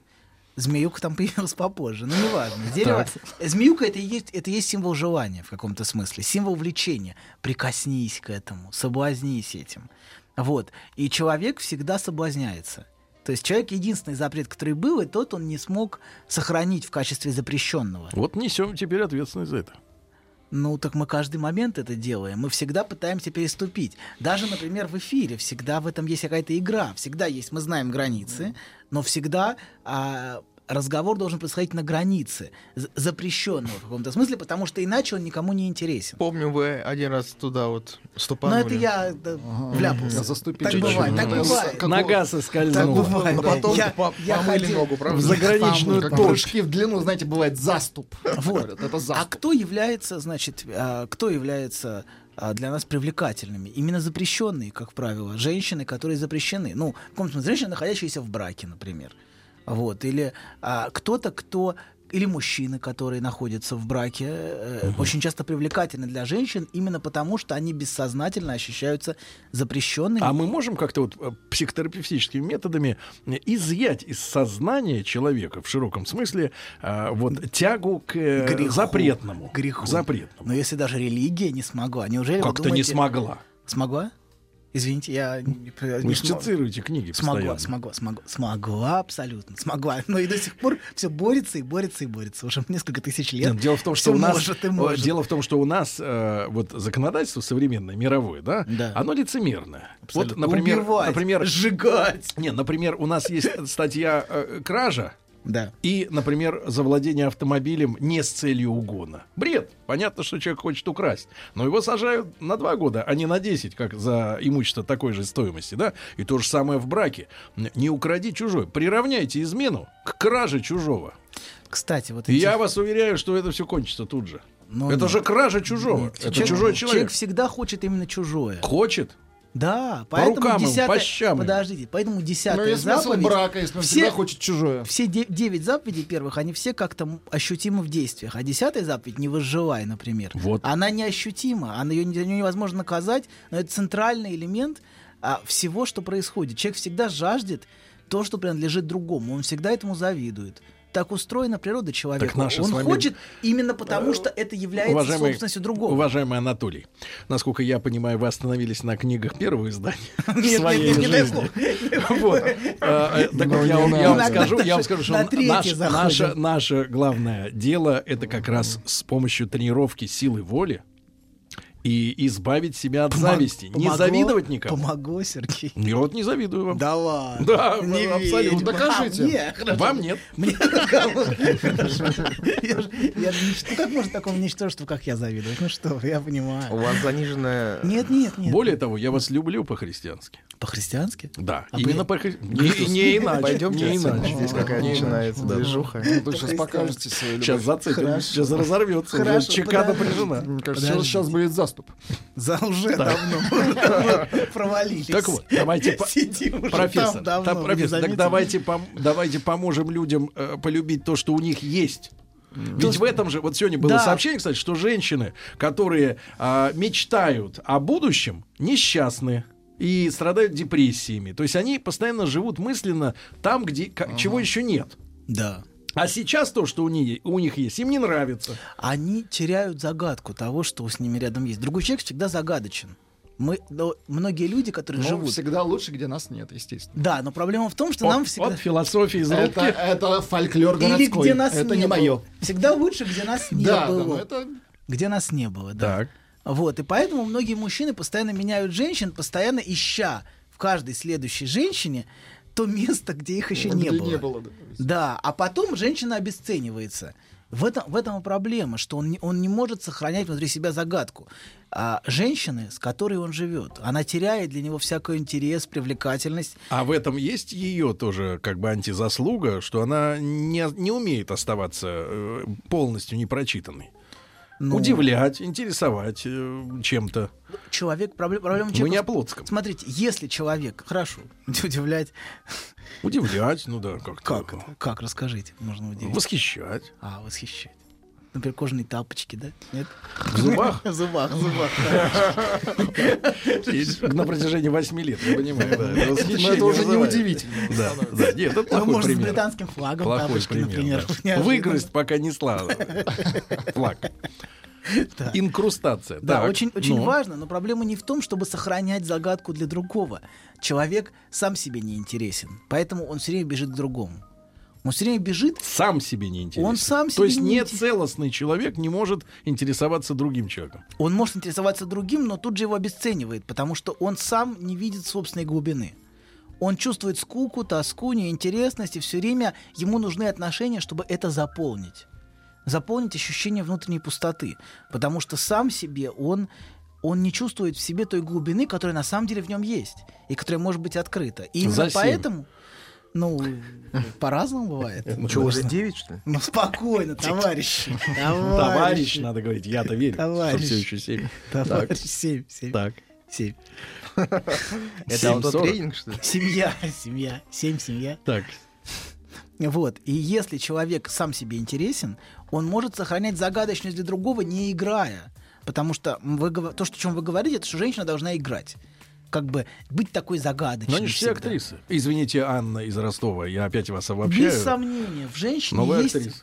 S4: Змеюка там *laughs* появилась попозже, но неважно. Дерево, э, змеюка это и есть, это и есть символ желания в каком-то смысле, символ влечения. Прикоснись к этому, соблазнись этим. Вот. И человек всегда соблазняется. То есть человек единственный запрет, который был, и тот он не смог сохранить в качестве запрещенного.
S3: Вот несем теперь ответственность за это.
S4: Ну, так мы каждый момент это делаем. Мы всегда пытаемся переступить. Даже, например, в эфире всегда в этом есть какая-то игра. Всегда есть, мы знаем границы, но всегда а, разговор должен происходить на границе, запрещенного в каком-то смысле, потому что иначе он никому не интересен.
S8: Помню, вы один раз туда вот
S4: Но
S8: ступанули.
S4: это я да, вляпался.
S8: Я заступил.
S4: Так бывает, так
S8: Чуть-чуть.
S4: бывает.
S3: Нога соскользнула.
S4: Так бывает,
S8: А
S10: Но
S4: да.
S10: потом
S4: Я-
S10: по-
S4: я
S10: помыли
S4: хотел-
S10: ногу, правда?
S4: В заграничную
S10: Как
S4: точку.
S10: прыжки в длину, знаете, бывает заступ.
S4: Вот.
S10: Говорят, Это
S4: А
S10: заступ.
S4: кто является, значит, а, кто является а, для нас привлекательными? Именно запрещенные, как правило, женщины, которые запрещены. Ну, в каком смысле, женщины, находящиеся в браке, например. Вот. Или а, кто-то, кто или мужчины, которые находятся в браке, э, очень часто привлекательны для женщин именно потому, что они бессознательно ощущаются запрещенными.
S3: А мы можем как-то вот э, психотерапевтическими методами э, изъять из сознания человека в широком смысле э, вот тягу к э,
S4: Греху.
S3: запретному.
S4: К Греху.
S3: К запретному.
S4: Но если даже религия не смогла, неужели вы
S3: Как-то не
S4: думаете-
S3: смогла.
S4: Смогла? Извините, я не,
S3: Вы же цитируете книги
S4: Смогла,
S3: постоянно.
S4: смогла, смогла, смогла абсолютно, смогла. Но и до сих пор все борется и борется и борется уже несколько тысяч лет.
S3: Нет, дело в том, что
S4: Всё
S3: у нас
S4: может и
S3: э,
S4: может.
S3: дело в том, что у нас э, вот законодательство современное мировое, да, оно лицемерное.
S4: Абсолютно.
S3: Вот, например,
S4: Убивать,
S3: например,
S4: сжигать.
S3: Не, например, у нас есть статья э, кража.
S4: Да.
S3: И, например, завладение автомобилем не с целью угона. Бред. Понятно, что человек хочет украсть. Но его сажают на 2 года, а не на 10, как за имущество такой же стоимости. Да? И то же самое в браке. Н- Не укради чужой. Приравняйте измену к краже чужого.
S4: Кстати, вот
S3: И
S4: эти-
S3: я вас уверяю, что это все кончится тут же.
S4: Ну,
S3: это
S4: нет.
S3: же кража чужого.
S4: Нет,
S3: это
S4: человек-
S3: чужой
S4: Человек
S3: человек.
S4: всегда хочет именно чужое.
S3: Хочет?
S4: Да,
S3: По
S4: поэтому
S3: рукам ему,
S4: десятая...
S3: по щам ему.
S4: Подождите, поэтому десятая
S10: Ну, есть смысл
S4: заповедь...
S10: брака, если он всегда хочет чужое.
S4: Все де- девять заповедей первых, они все как-то м- ощутимы в действиях. А десятая заповедь, не возжелай, например,
S3: Вот.
S4: она неощутима, она, ее, невозможно наказать, но это центральный элемент а, всего, что происходит. Человек всегда жаждет то, что принадлежит другому, он всегда этому завидует. Так устроена природа человека.
S3: наши
S4: он
S3: с вами-
S4: хочет именно потому, что это является
S3: уважаемый-
S4: собственностью другого.
S3: Уважаемый Анатолий, насколько я понимаю, вы остановились на книгах первого издания
S4: *laughs* нет,
S3: своей
S4: нет, не дай
S3: жизни.
S4: слов.
S3: *laughs* Вот. Э, э, Так
S4: Ну,
S3: вот, я
S4: не
S3: вам- я
S4: надо.
S3: вам скажу, я вам скажу,
S4: На
S3: что
S4: третий
S3: наш-
S4: заходим.
S3: наше- наше главное дело это как раз с помощью тренировки силы воли и избавить себя от
S4: Помог-
S3: зависти. Не
S4: помогло-
S3: завидовать никому.
S4: Помогло, Сергей.
S3: Я вот не завидую вам.
S4: Да ладно.
S3: Да,
S4: Не
S3: ну,
S4: верю.
S3: абсолютно.
S4: Докажите. А мне? Хорошо.
S3: Вам нет.
S4: Мне кого? Я ж- я ж нич- ну, Как можно такому ничтожеству, как я завидовать? Ну что, вы, я понимаю.
S12: У вас заниженная...
S4: Нет, нет, нет.
S3: Более того, я вас люблю по-христиански.
S4: По-христиански?
S3: Да.
S12: А
S3: Именно
S12: при-
S3: по-христи- Не не иначе.
S12: Пойдемте
S3: не
S12: отсюда.
S3: иначе.
S12: Здесь какая
S3: Не
S12: начинается
S3: иначе.
S12: движуха.
S3: Да.
S10: Вы сейчас покажете свою любовь.
S3: Сейчас зацепим,
S10: Хорошо.
S3: сейчас разорвется. уже,
S10: Хорошо,
S3: Чекана
S10: подождите.
S3: прижена.
S10: Мне кажется, сейчас- сейчас будет заступ.
S4: За уже
S3: Да. *laughs*
S4: давно провалились.
S3: Так вот, давайте, по-
S4: Сидим уже
S3: профессор,
S4: там давно,
S3: там,
S4: вы не
S3: профессор, так
S4: заметили.
S3: давайте, пом- давайте поможем людям э, полюбить то, что у них есть. Ведь в этом же, вот сегодня было
S4: Да.
S3: сообщение, кстати, что женщины, которые а, мечтают о будущем, несчастны и страдают депрессиями. То есть они постоянно живут мысленно там, где ка- чего еще нет.
S4: Да.
S3: А сейчас то, что у, нее- у них есть, им не нравится.
S4: Они теряют загадку того, что с ними рядом есть. Другой человек всегда загадочен. Мы, но многие люди, которые
S10: Ну,
S4: живут...
S10: всегда лучше, где нас нет, естественно.
S4: Да, но проблема в том, что
S10: От-
S4: нам всегда...
S10: от
S3: философии из
S10: Это- рубки. это фольклор
S4: Или
S10: городской.
S4: где нас
S10: Это
S4: не,
S10: не
S4: было.
S10: моё.
S4: Всегда лучше, где нас не
S10: Да, да,
S4: было.
S10: но это-
S4: Где нас не было, да. Вот, и поэтому многие мужчины постоянно меняют женщин, постоянно ища в каждой следующей женщине то место, где их еще не
S10: Где
S4: было.
S10: не было, да.
S4: Да, а потом женщина обесценивается. В этом, в этом и проблема, что он не, он не может сохранять внутри себя загадку. А женщины, с которой он живет, она теряет для него всякий интерес, привлекательность.
S3: А в этом есть ее тоже как бы антизаслуга, что она не, не умеет оставаться э, полностью непрочитанной.
S4: Ну.
S3: Удивлять, интересовать э, чем-то.
S4: Человек, проблема, проблема
S3: Мы
S4: человека...
S3: не о
S4: в-
S3: Плотском.
S4: Смотрите, если человек... Хорошо, *laughs* удивлять...
S3: Удивлять, ну да, как
S4: Как? это? Как? Расскажите, можно удивить. *laughs*
S3: Восхищать.
S4: А, восхищать. Например, кожаные тапочки, да? Нет?
S3: В зубах?
S4: *laughs* В зубах, в зубах.
S3: *laughs*
S4: да.
S3: На протяжении восьми лет, я понимаю. да,
S4: Это
S3: восхищение
S4: уже не
S3: вызывает.
S4: удивительно.
S3: Да, да, нет, это
S4: Ну,
S3: плохой
S4: может, с
S3: пример.
S4: британским флагом
S3: Плохой
S4: тапочки,
S3: пример.
S4: *laughs* например.
S3: да.
S4: Неожиданно.
S3: Выгрызть, пока не
S4: *laughs*
S3: слава. Флаг. Инкрустация.
S4: Да,
S3: так,
S4: очень, очень
S3: ну.
S4: важно, но проблема не в том, чтобы сохранять загадку для другого. Человек сам себе не интересен, поэтому он все время бежит к другому. Он все время бежит.
S3: Сам себе не интересен.
S4: Он сам
S3: То
S4: себе
S3: есть
S4: не
S3: не
S4: интерес-
S3: целостный человек не может интересоваться другим человеком.
S4: Он может интересоваться другим, но тут же его обесценивает, потому что он сам не видит собственной глубины. Он чувствует скуку, тоску, неинтересность, и все время ему нужны отношения, чтобы это заполнить. Заполнить ощущение внутренней пустоты. Потому что сам себе он, он не чувствует в себе той глубины, которая на самом деле в нем есть, и которая может быть открыта. И именно
S3: За семь.
S4: поэтому... *laughs* Ну, по-разному бывает.
S12: Ну что, уже 9, что ли?
S4: Ну, спокойно, товарищи.
S3: Товарищ, надо говорить, я-то верю, что
S4: Товарищ.
S3: все еще семь.
S4: *laughs* Товарищ, семь, семь.
S3: Так.
S4: Семь.
S12: Это вот тот тренинг, что ли?
S4: Семья, семья, семь семья.
S3: Так.
S4: Вот. И если человек сам себе интересен, он может сохранять загадочность для другого, не играя. Потому что вы гов- то, что, о чем вы говорите, это что женщина должна играть. Как бы быть такой загадочной.
S3: Но они же все
S4: всегда.
S3: актрисы. Извините, Анна из Ростова, я опять вас обобщаю.
S4: Без сомнения, в женщине
S3: Новая
S4: есть...
S3: актриса.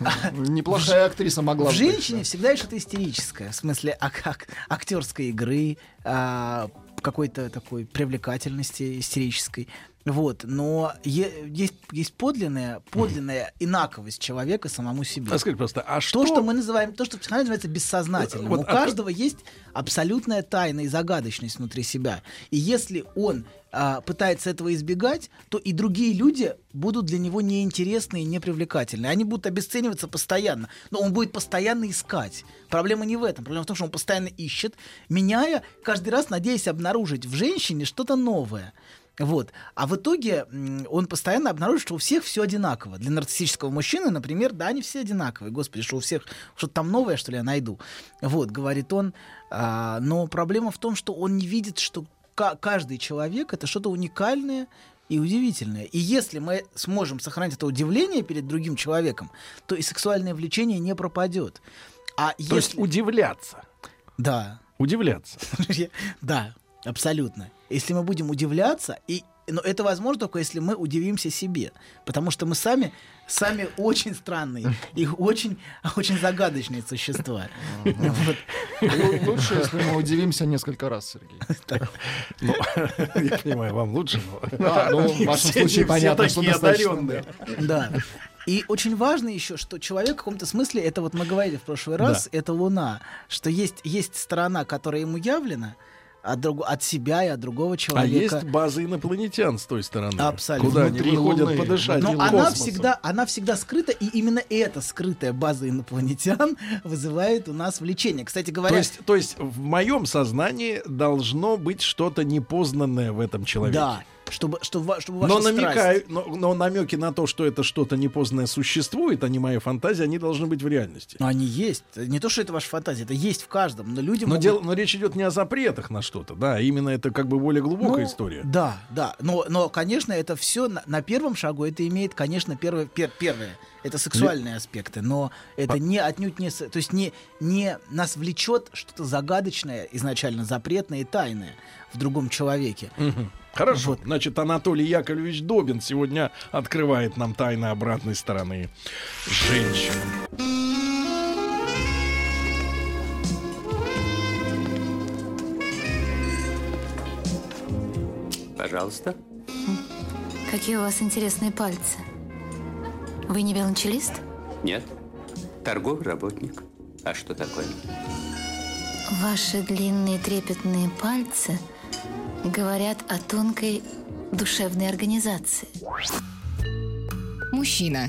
S3: А
S10: Неплохая актриса могла
S4: В
S10: бы быть.
S4: женщине всегда есть что-то истерическое, в смысле *laughs* а как актерской игры, а, какой-то такой привлекательности истерической. Вот, но е- есть, есть подлинная, подлинная инаковость человека самому себе.
S3: А скажи просто, а
S4: То,
S3: что...
S4: что мы называем, то, что в психоанализе называется бессознательным.
S3: Вот,
S4: У
S3: а-
S4: каждого есть абсолютная тайна и загадочность внутри себя. И если он а, пытается этого избегать, то и другие люди будут для него неинтересны и непривлекательны. Они будут обесцениваться постоянно. Но он будет постоянно искать. Проблема не в этом. Проблема в том, что он постоянно ищет, меняя, каждый раз надеясь обнаружить в женщине что-то новое. Вот. А в итоге м, он постоянно обнаружит, что у всех все одинаково. Для нарциссического мужчины, например, да, они все одинаковые. Господи, что у всех что-то там новое, что ли, я найду. Вот, говорит он. А, но проблема в том, что он не видит, что ка- каждый человек это что-то уникальное и удивительное. И если мы сможем сохранить это удивление перед другим человеком, то и сексуальное влечение не пропадет. А
S3: То есть удивляться.
S4: Да.
S3: Удивляться.
S4: Да, абсолютно. Если мы будем удивляться, и но это возможно только если мы удивимся себе, потому что мы сами сами очень странные
S3: *laughs*
S4: и очень очень загадочные существа. Вот.
S10: Лу- Лучше, если мы удивимся несколько раз, Сергей.
S3: Ну, я понимаю, вам лучше. но-
S10: А, ну,
S3: *laughs*
S10: в вашем
S3: Все-
S10: случае
S3: все
S10: понятно, что
S3: такие
S10: достаточно,
S3: одаренные.
S4: Да. И очень важно еще, что человек в каком-то смысле, это вот мы говорили в прошлый раз, это луна, что есть, есть сторона, которая ему явлена, от, друг, от себя и от другого
S3: А
S4: человека.
S3: есть база инопланетян с той стороны.
S4: Абсолютно.
S3: Куда они
S4: Внутри
S3: выходят
S4: Луны.
S3: подышать.
S4: Но
S3: космосом.
S4: она всегда, она всегда скрыта, и именно эта скрытая база инопланетян *laughs* вызывает у нас влечение. Кстати говоря,
S3: То есть, то есть в моем сознании должно быть что-то непознанное в этом человеке.
S4: да, чтобы, чтобы, ва- чтобы
S3: Но,
S4: ваша страсть-
S3: намекаю, но, но намеки на то, что это что-то непознанное существует, а не моя фантазия, они должны быть в реальности.
S4: Но они есть. Не то, что это ваша фантазия, это есть в каждом. Но люди
S3: Но,
S4: могут- Ну,
S3: дело, но речь идет не о запретах на что-то, да, а именно это как бы более глубокая
S4: Ну,
S3: история.
S4: Да, да. Но, но конечно, это все на, на первом шагу это имеет, конечно, первое, пер- первое. Это сексуальные аспекты, но
S3: А
S4: это не отнюдь не, с- то есть не не нас влечет что-то загадочное изначально запретное и тайное в другом человеке.
S3: Мгм. Хорошо. Значит, Анатолий Яковлевич Добин сегодня открывает нам тайны обратной стороны женщин.
S14: Пожалуйста.
S1: Какие у вас интересные пальцы. Вы не виолончелист?
S14: Нет. Торговый работник. А что такое?
S1: Ваши длинные трепетные пальцы говорят о тонкой душевной организации.
S2: Мужчина.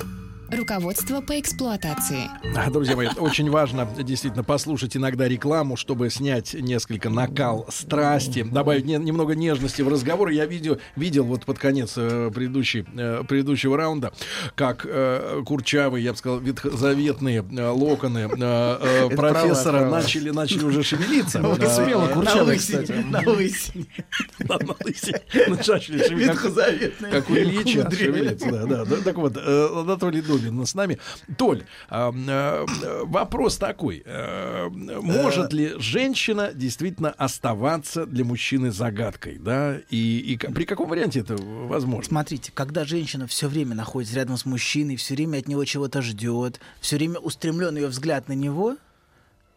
S2: Руководство по эксплуатации.
S3: А, Друзья мои, очень важно действительно послушать иногда рекламу, чтобы снять несколько накал страсти, добавить не- немного нежности в разговор. Я видео, видел вот под конец э, предыдущей, э, предыдущего раунда, как э, курчавые, я бы сказал, ветхозаветные э, локоны э, э,
S12: Это
S3: профессора
S12: права, права.
S3: начали, начали уже шевелиться.
S12: Вот
S3: Да.
S12: смело курчавые,
S4: На лысине.
S3: Да, на лысине. Ну, начали шевелиться.
S4: Ветхозаветные.
S3: Как у Ильича
S4: Мудрее.
S3: шевелится, да, да. Да, Так вот, э, Анатолий Дубин с нами. Толь, а, э, э, вопрос такой. э, Может ли женщина действительно оставаться для мужчины загадкой, да? И и к- при каком варианте это возможно?
S4: Смотрите, когда женщина все время находится рядом с мужчиной, все время от него чего-то ждет, все время устремлен ее взгляд на него,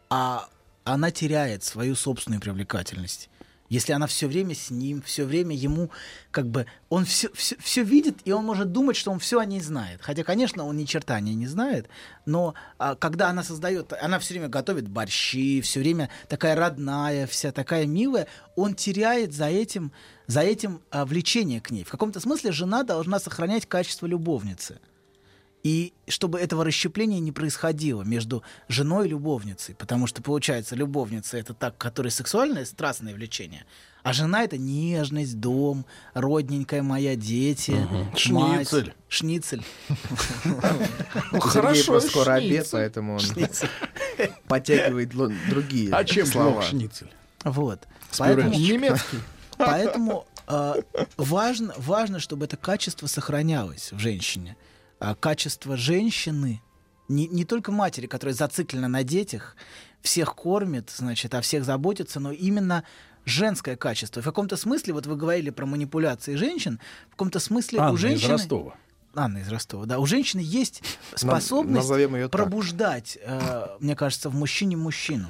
S4: а она теряет свою собственную привлекательность. Если она все время с ним, все время ему, как бы, он все, все, все видит, и он может думать, что он все о ней знает. Хотя, конечно, он ни черта о ней не знает, но а, когда она создает, она все время готовит борщи, все время такая родная, вся такая милая, он теряет за этим, за этим а, влечение к ней. В каком-то смысле жена должна сохранять качество любовницы. И чтобы этого расщепления не происходило между женой и любовницей. Потому что, получается, любовница — это так, которая сексуальное, страстное влечение. А жена — это нежность, дом, родненькая моя, дети,
S3: Мгм.
S4: мать.
S3: Шницель.
S4: Шницель.
S12: Ну, хорошо, просто скоро шницель. обед, поэтому он
S4: Шницель.
S12: Подтягивает ло- другие
S4: А чем
S12: слова.
S4: плох шницель? Вот.
S12: С
S4: Поэтому-
S12: пюрешечкой. Немецкий.
S4: Поэтому э, важно, важно, чтобы это качество сохранялось в женщине. А качество женщины, не, не только матери, которая зациклена на детях, всех кормит, значит, о всех заботится, но именно женское качество. В каком-то смысле, вот вы говорили про манипуляции женщин, в каком-то
S3: *laughs*
S4: смысле
S3: Анна
S4: у
S3: из
S4: женщины...
S3: Ростова.
S4: Анна из Ростова, да. У женщины есть способность
S12: назовем её так.
S4: пробуждать, э, мне кажется, в мужчине мужчину.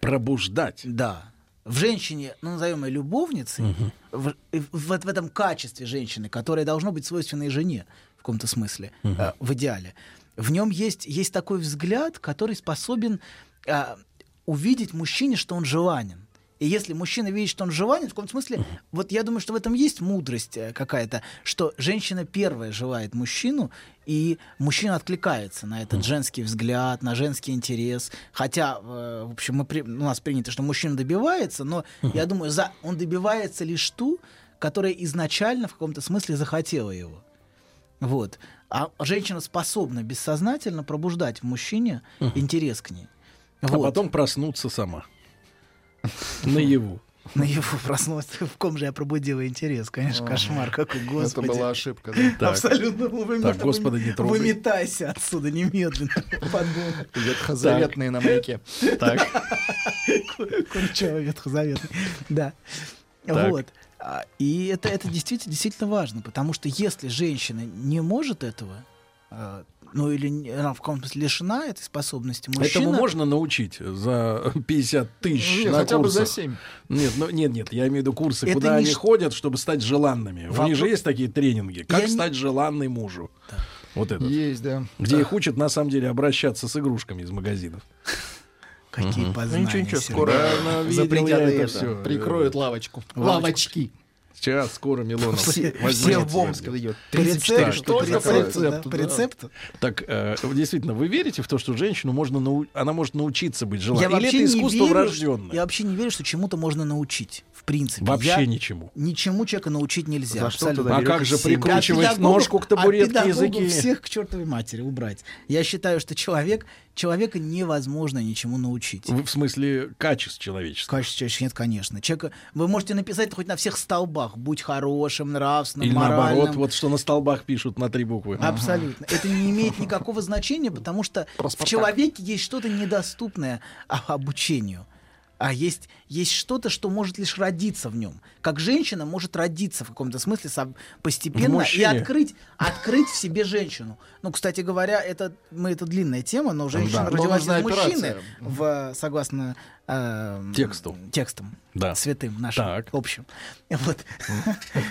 S3: Пробуждать?
S4: Да. В женщине, ну, назовем ее любовницей, в, и в- вот в этом качестве женщины, которое должно быть свойственно и жене в каком-то смысле,
S13: Мгм.
S4: э, в идеале. В нем есть, есть такой взгляд, который способен э, увидеть мужчине, что он желанен. И если мужчина видит, что он желанен, в каком-то смысле, вот я думаю, что в этом есть мудрость э, какая-то, что женщина первая желает мужчину, и мужчина откликается на этот женский взгляд, на женский интерес. Хотя, э, в общем, мы при- у нас принято, что мужчина добивается, но я думаю, за... он добивается лишь ту, которая изначально в каком-то смысле захотела его. Вот. А женщина способна бессознательно пробуждать в мужчине интерес к ней.
S3: А потом проснуться сама. Наяву.
S4: Наяву проснулась. В ком же я пробудила интерес? Конечно,
S3: Ой.
S4: кошмар какой,
S3: Это
S4: господи.
S3: была ошибка, да? Так.
S4: *laughs* Абсолютно. вы-
S3: Так,
S4: вы-
S3: Господа, не трогай.
S4: Выметайся отсюда немедленно. *laughs* подонок.
S10: Ветхозаветные
S4: Так.
S10: намеки. Так.
S4: Курчава Ветхозаветный. Да.
S10: Так.
S4: Вот. А, И это, это действительно, действительно важно, потому что если женщина не может этого, а, ну или не- она в каком-то смысле лишена этой способности мужчина...
S3: Этому можно научить за *laughs* 50 тысяч
S4: Нет,
S3: на
S4: Ну, хотя бы за
S3: курсах?
S4: семь.
S3: Нет, ну, нет, нет, я имею в виду курсы,
S4: Это
S3: куда
S4: не
S3: они
S4: ш-
S3: ходят, чтобы стать желанными. У
S4: Вопрос-
S3: них же есть такие тренинги. Как
S4: Я не-
S3: стать желанной мужу? Вот это.
S10: Есть, да.
S3: Где их учат, на самом деле, обращаться с игрушками из магазинов. Ну,
S4: Какие
S10: познания, ничего, ничего, Сергей. скоро запретят и это. Прикроют лавочку. Лавочки.
S3: Сейчас скоро Милонов.
S10: Все-
S3: возьмет
S10: все в
S3: сегодня.
S10: Омск дойдет. 34
S3: Так,
S10: штуки
S3: только
S10: по рецепту, да.
S3: Так, э, действительно, вы верите в то, что женщину можно нау- она может научиться быть
S4: Я
S3: желанной? Или
S4: вообще
S3: это
S4: не
S3: искусство
S4: верю,
S3: врожденное?
S4: Я вообще не верю, что чему-то можно научить. В принципе.
S3: Вообще
S4: Я-
S3: ничему.
S4: Ничему человека научить нельзя.
S3: За что
S4: абсолютно.
S3: тогда А берете как же семь? прикручивать
S4: От педагогов-
S3: ножку к табуретке,
S4: от педагогов
S3: языки?
S4: всех к чертовой матери убрать. Я считаю, что человек, человека невозможно ничему научить.
S3: Вы в смысле качеств человеческих?
S4: Качеств человеческих нет, конечно. Человека, вы можете написать хоть на всех столбах. Будь хорошим, нравственным,
S3: Или
S4: моральным.
S3: наоборот, вот что на столбах пишут на три буквы.
S4: Абсолютно. Это не имеет никакого значения, потому что в человеке есть что-то недоступное а, обучению. А есть, есть что-то, что может лишь родиться в нем. Как женщина может родиться в каком-то смысле со-
S3: В
S4: постепенно и
S3: мужчине.
S4: открыть, открыть в себе женщину. Ну, кстати говоря, это, мы, это длинная тема, но женщина
S10: Да. Но
S4: родилась
S10: нужна
S4: из мужчины,
S10: операция.
S4: в, согласно э,
S3: Тексту.
S4: текстам,
S3: Да.
S4: святым нашим общим. Вот.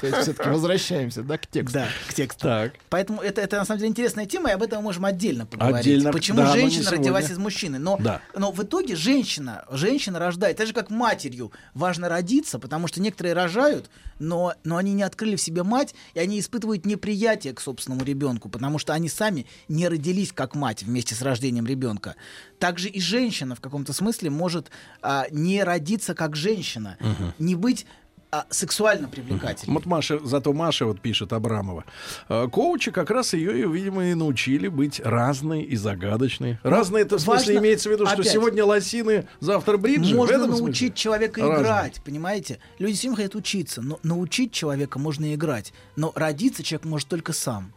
S10: Все-таки возвращаемся, да, к тексту.
S4: Да, к тексту.
S3: Так.
S4: Поэтому это, это на самом деле интересная тема, и об этом мы можем отдельно поговорить.
S3: Отдельно,
S4: Почему
S3: да, но не
S4: женщина
S3: сегодня.
S4: родилась из мужчины? Но,
S3: Да.
S4: но в итоге женщина, женщина рождает. Так же, как матерью важно родиться, потому что некоторые рожают, но, но они не открыли в себе мать, и они испытывают неприятие к собственному ребенку, потому что они сами не родились как мать вместе с рождением ребенка. Также и женщина в каком-то смысле может а, не родиться как женщина,
S3: Мгм.
S4: не быть а, сексуально привлекательной.
S3: Вот Маша, зато Маша вот пишет Абрамова. Э, Коучи как раз ее, видимо, и научили быть разной и загадочной. Разные это в смысле
S4: Ну, Важно-
S3: имеется в виду, что
S4: опять.
S3: сегодня лосины, завтра бриджи. В
S4: Можно
S3: этом смысле?
S4: научить человека
S3: Разные.
S4: играть, понимаете? Люди всем хотят учиться, но научить человека можно играть. Но родиться человек может только сам.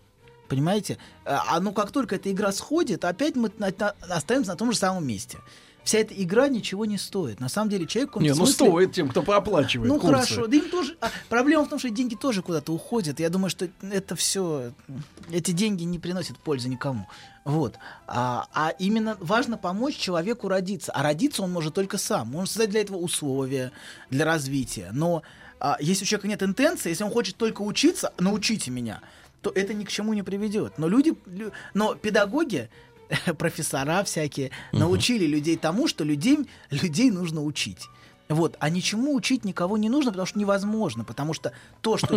S4: Понимаете? А а ну как только эта игра сходит, опять мы на- на- остаемся на том же самом месте. вся эта игра ничего не стоит. На самом деле человек...
S3: Не, ну стоит тем, кто пооплачивает
S4: Ну
S3: курсы.
S4: хорошо, да им тоже... а, проблема в том, что деньги тоже куда-то уходят. Я думаю, что это все... Эти деньги не приносят пользы никому. Вот. А, а именно важно помочь человеку родиться. А родиться он может только сам. Он создать для этого условия, для развития. Но а, если у человека нет интенции, если он хочет только учиться, научите меня, то это ни к чему не приведет. Но люди... лю- Но педагоги *laughs* профессора всякие научили людей тому, что людей, людей нужно учить. Вот, а ничему учить никого не нужно, потому что невозможно, потому что то, что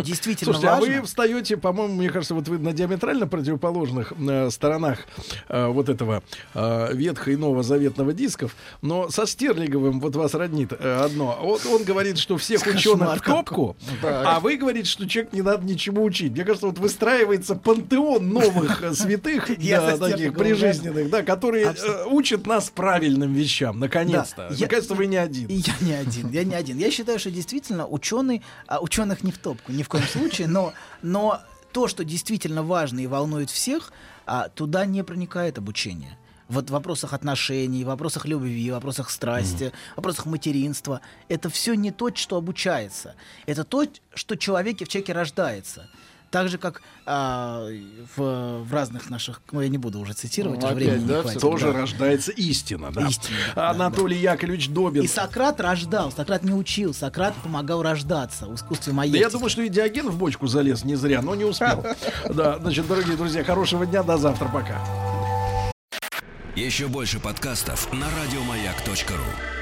S3: *laughs*
S4: действительно
S3: Слушайте,
S4: важно...
S3: а вы встаете, по-моему, мне кажется, вот вы на диаметрально противоположных э, сторонах э, вот этого э, ветха и нового заветного дисков, но со Стерлиговым вот вас роднит э, одно. Вот он говорит, что всех ученых в топку, а вы говорите, что человек не надо ничему учить. Мне кажется, вот выстраивается пантеон новых э, святых,
S4: *laughs* Я
S3: да,
S4: со
S3: таких
S4: Стерлиговым,
S3: прижизненных, да, которые э, учат нас правильным вещам, наконец-то.
S4: Да. Я-
S3: Наконец-то вы не один.
S4: И Я не один, я не один. Я считаю, что действительно ученый, а ученых не в топку, ни в коем случае, но, но то, что действительно важно и волнует всех, а, туда не проникает обучение. Вот в вопросах отношений, в вопросах любви, в вопросах страсти, в вопросах материнства. Это все не то, что обучается. Это то, что человеке в человеке рождается. Так же, как а, в, в разных наших... Ну, я не буду уже цитировать,
S3: Ну,
S4: уже времени не хватит.
S3: тоже
S4: Да.
S3: рождается истина, да.
S4: Истина,
S3: Анатолий Яковлевич Добин.
S4: И Сократ рождал, Сократ не учил, Сократ помогал рождаться в искусстве
S3: Да я
S4: маестики.
S3: думаю, что и Диоген в бочку залез не зря, но не
S4: *laughs*
S3: успел. Да, значит, дорогие друзья, хорошего дня, до завтра, пока.
S15: Еще больше подкастов на радиомаяк.ру.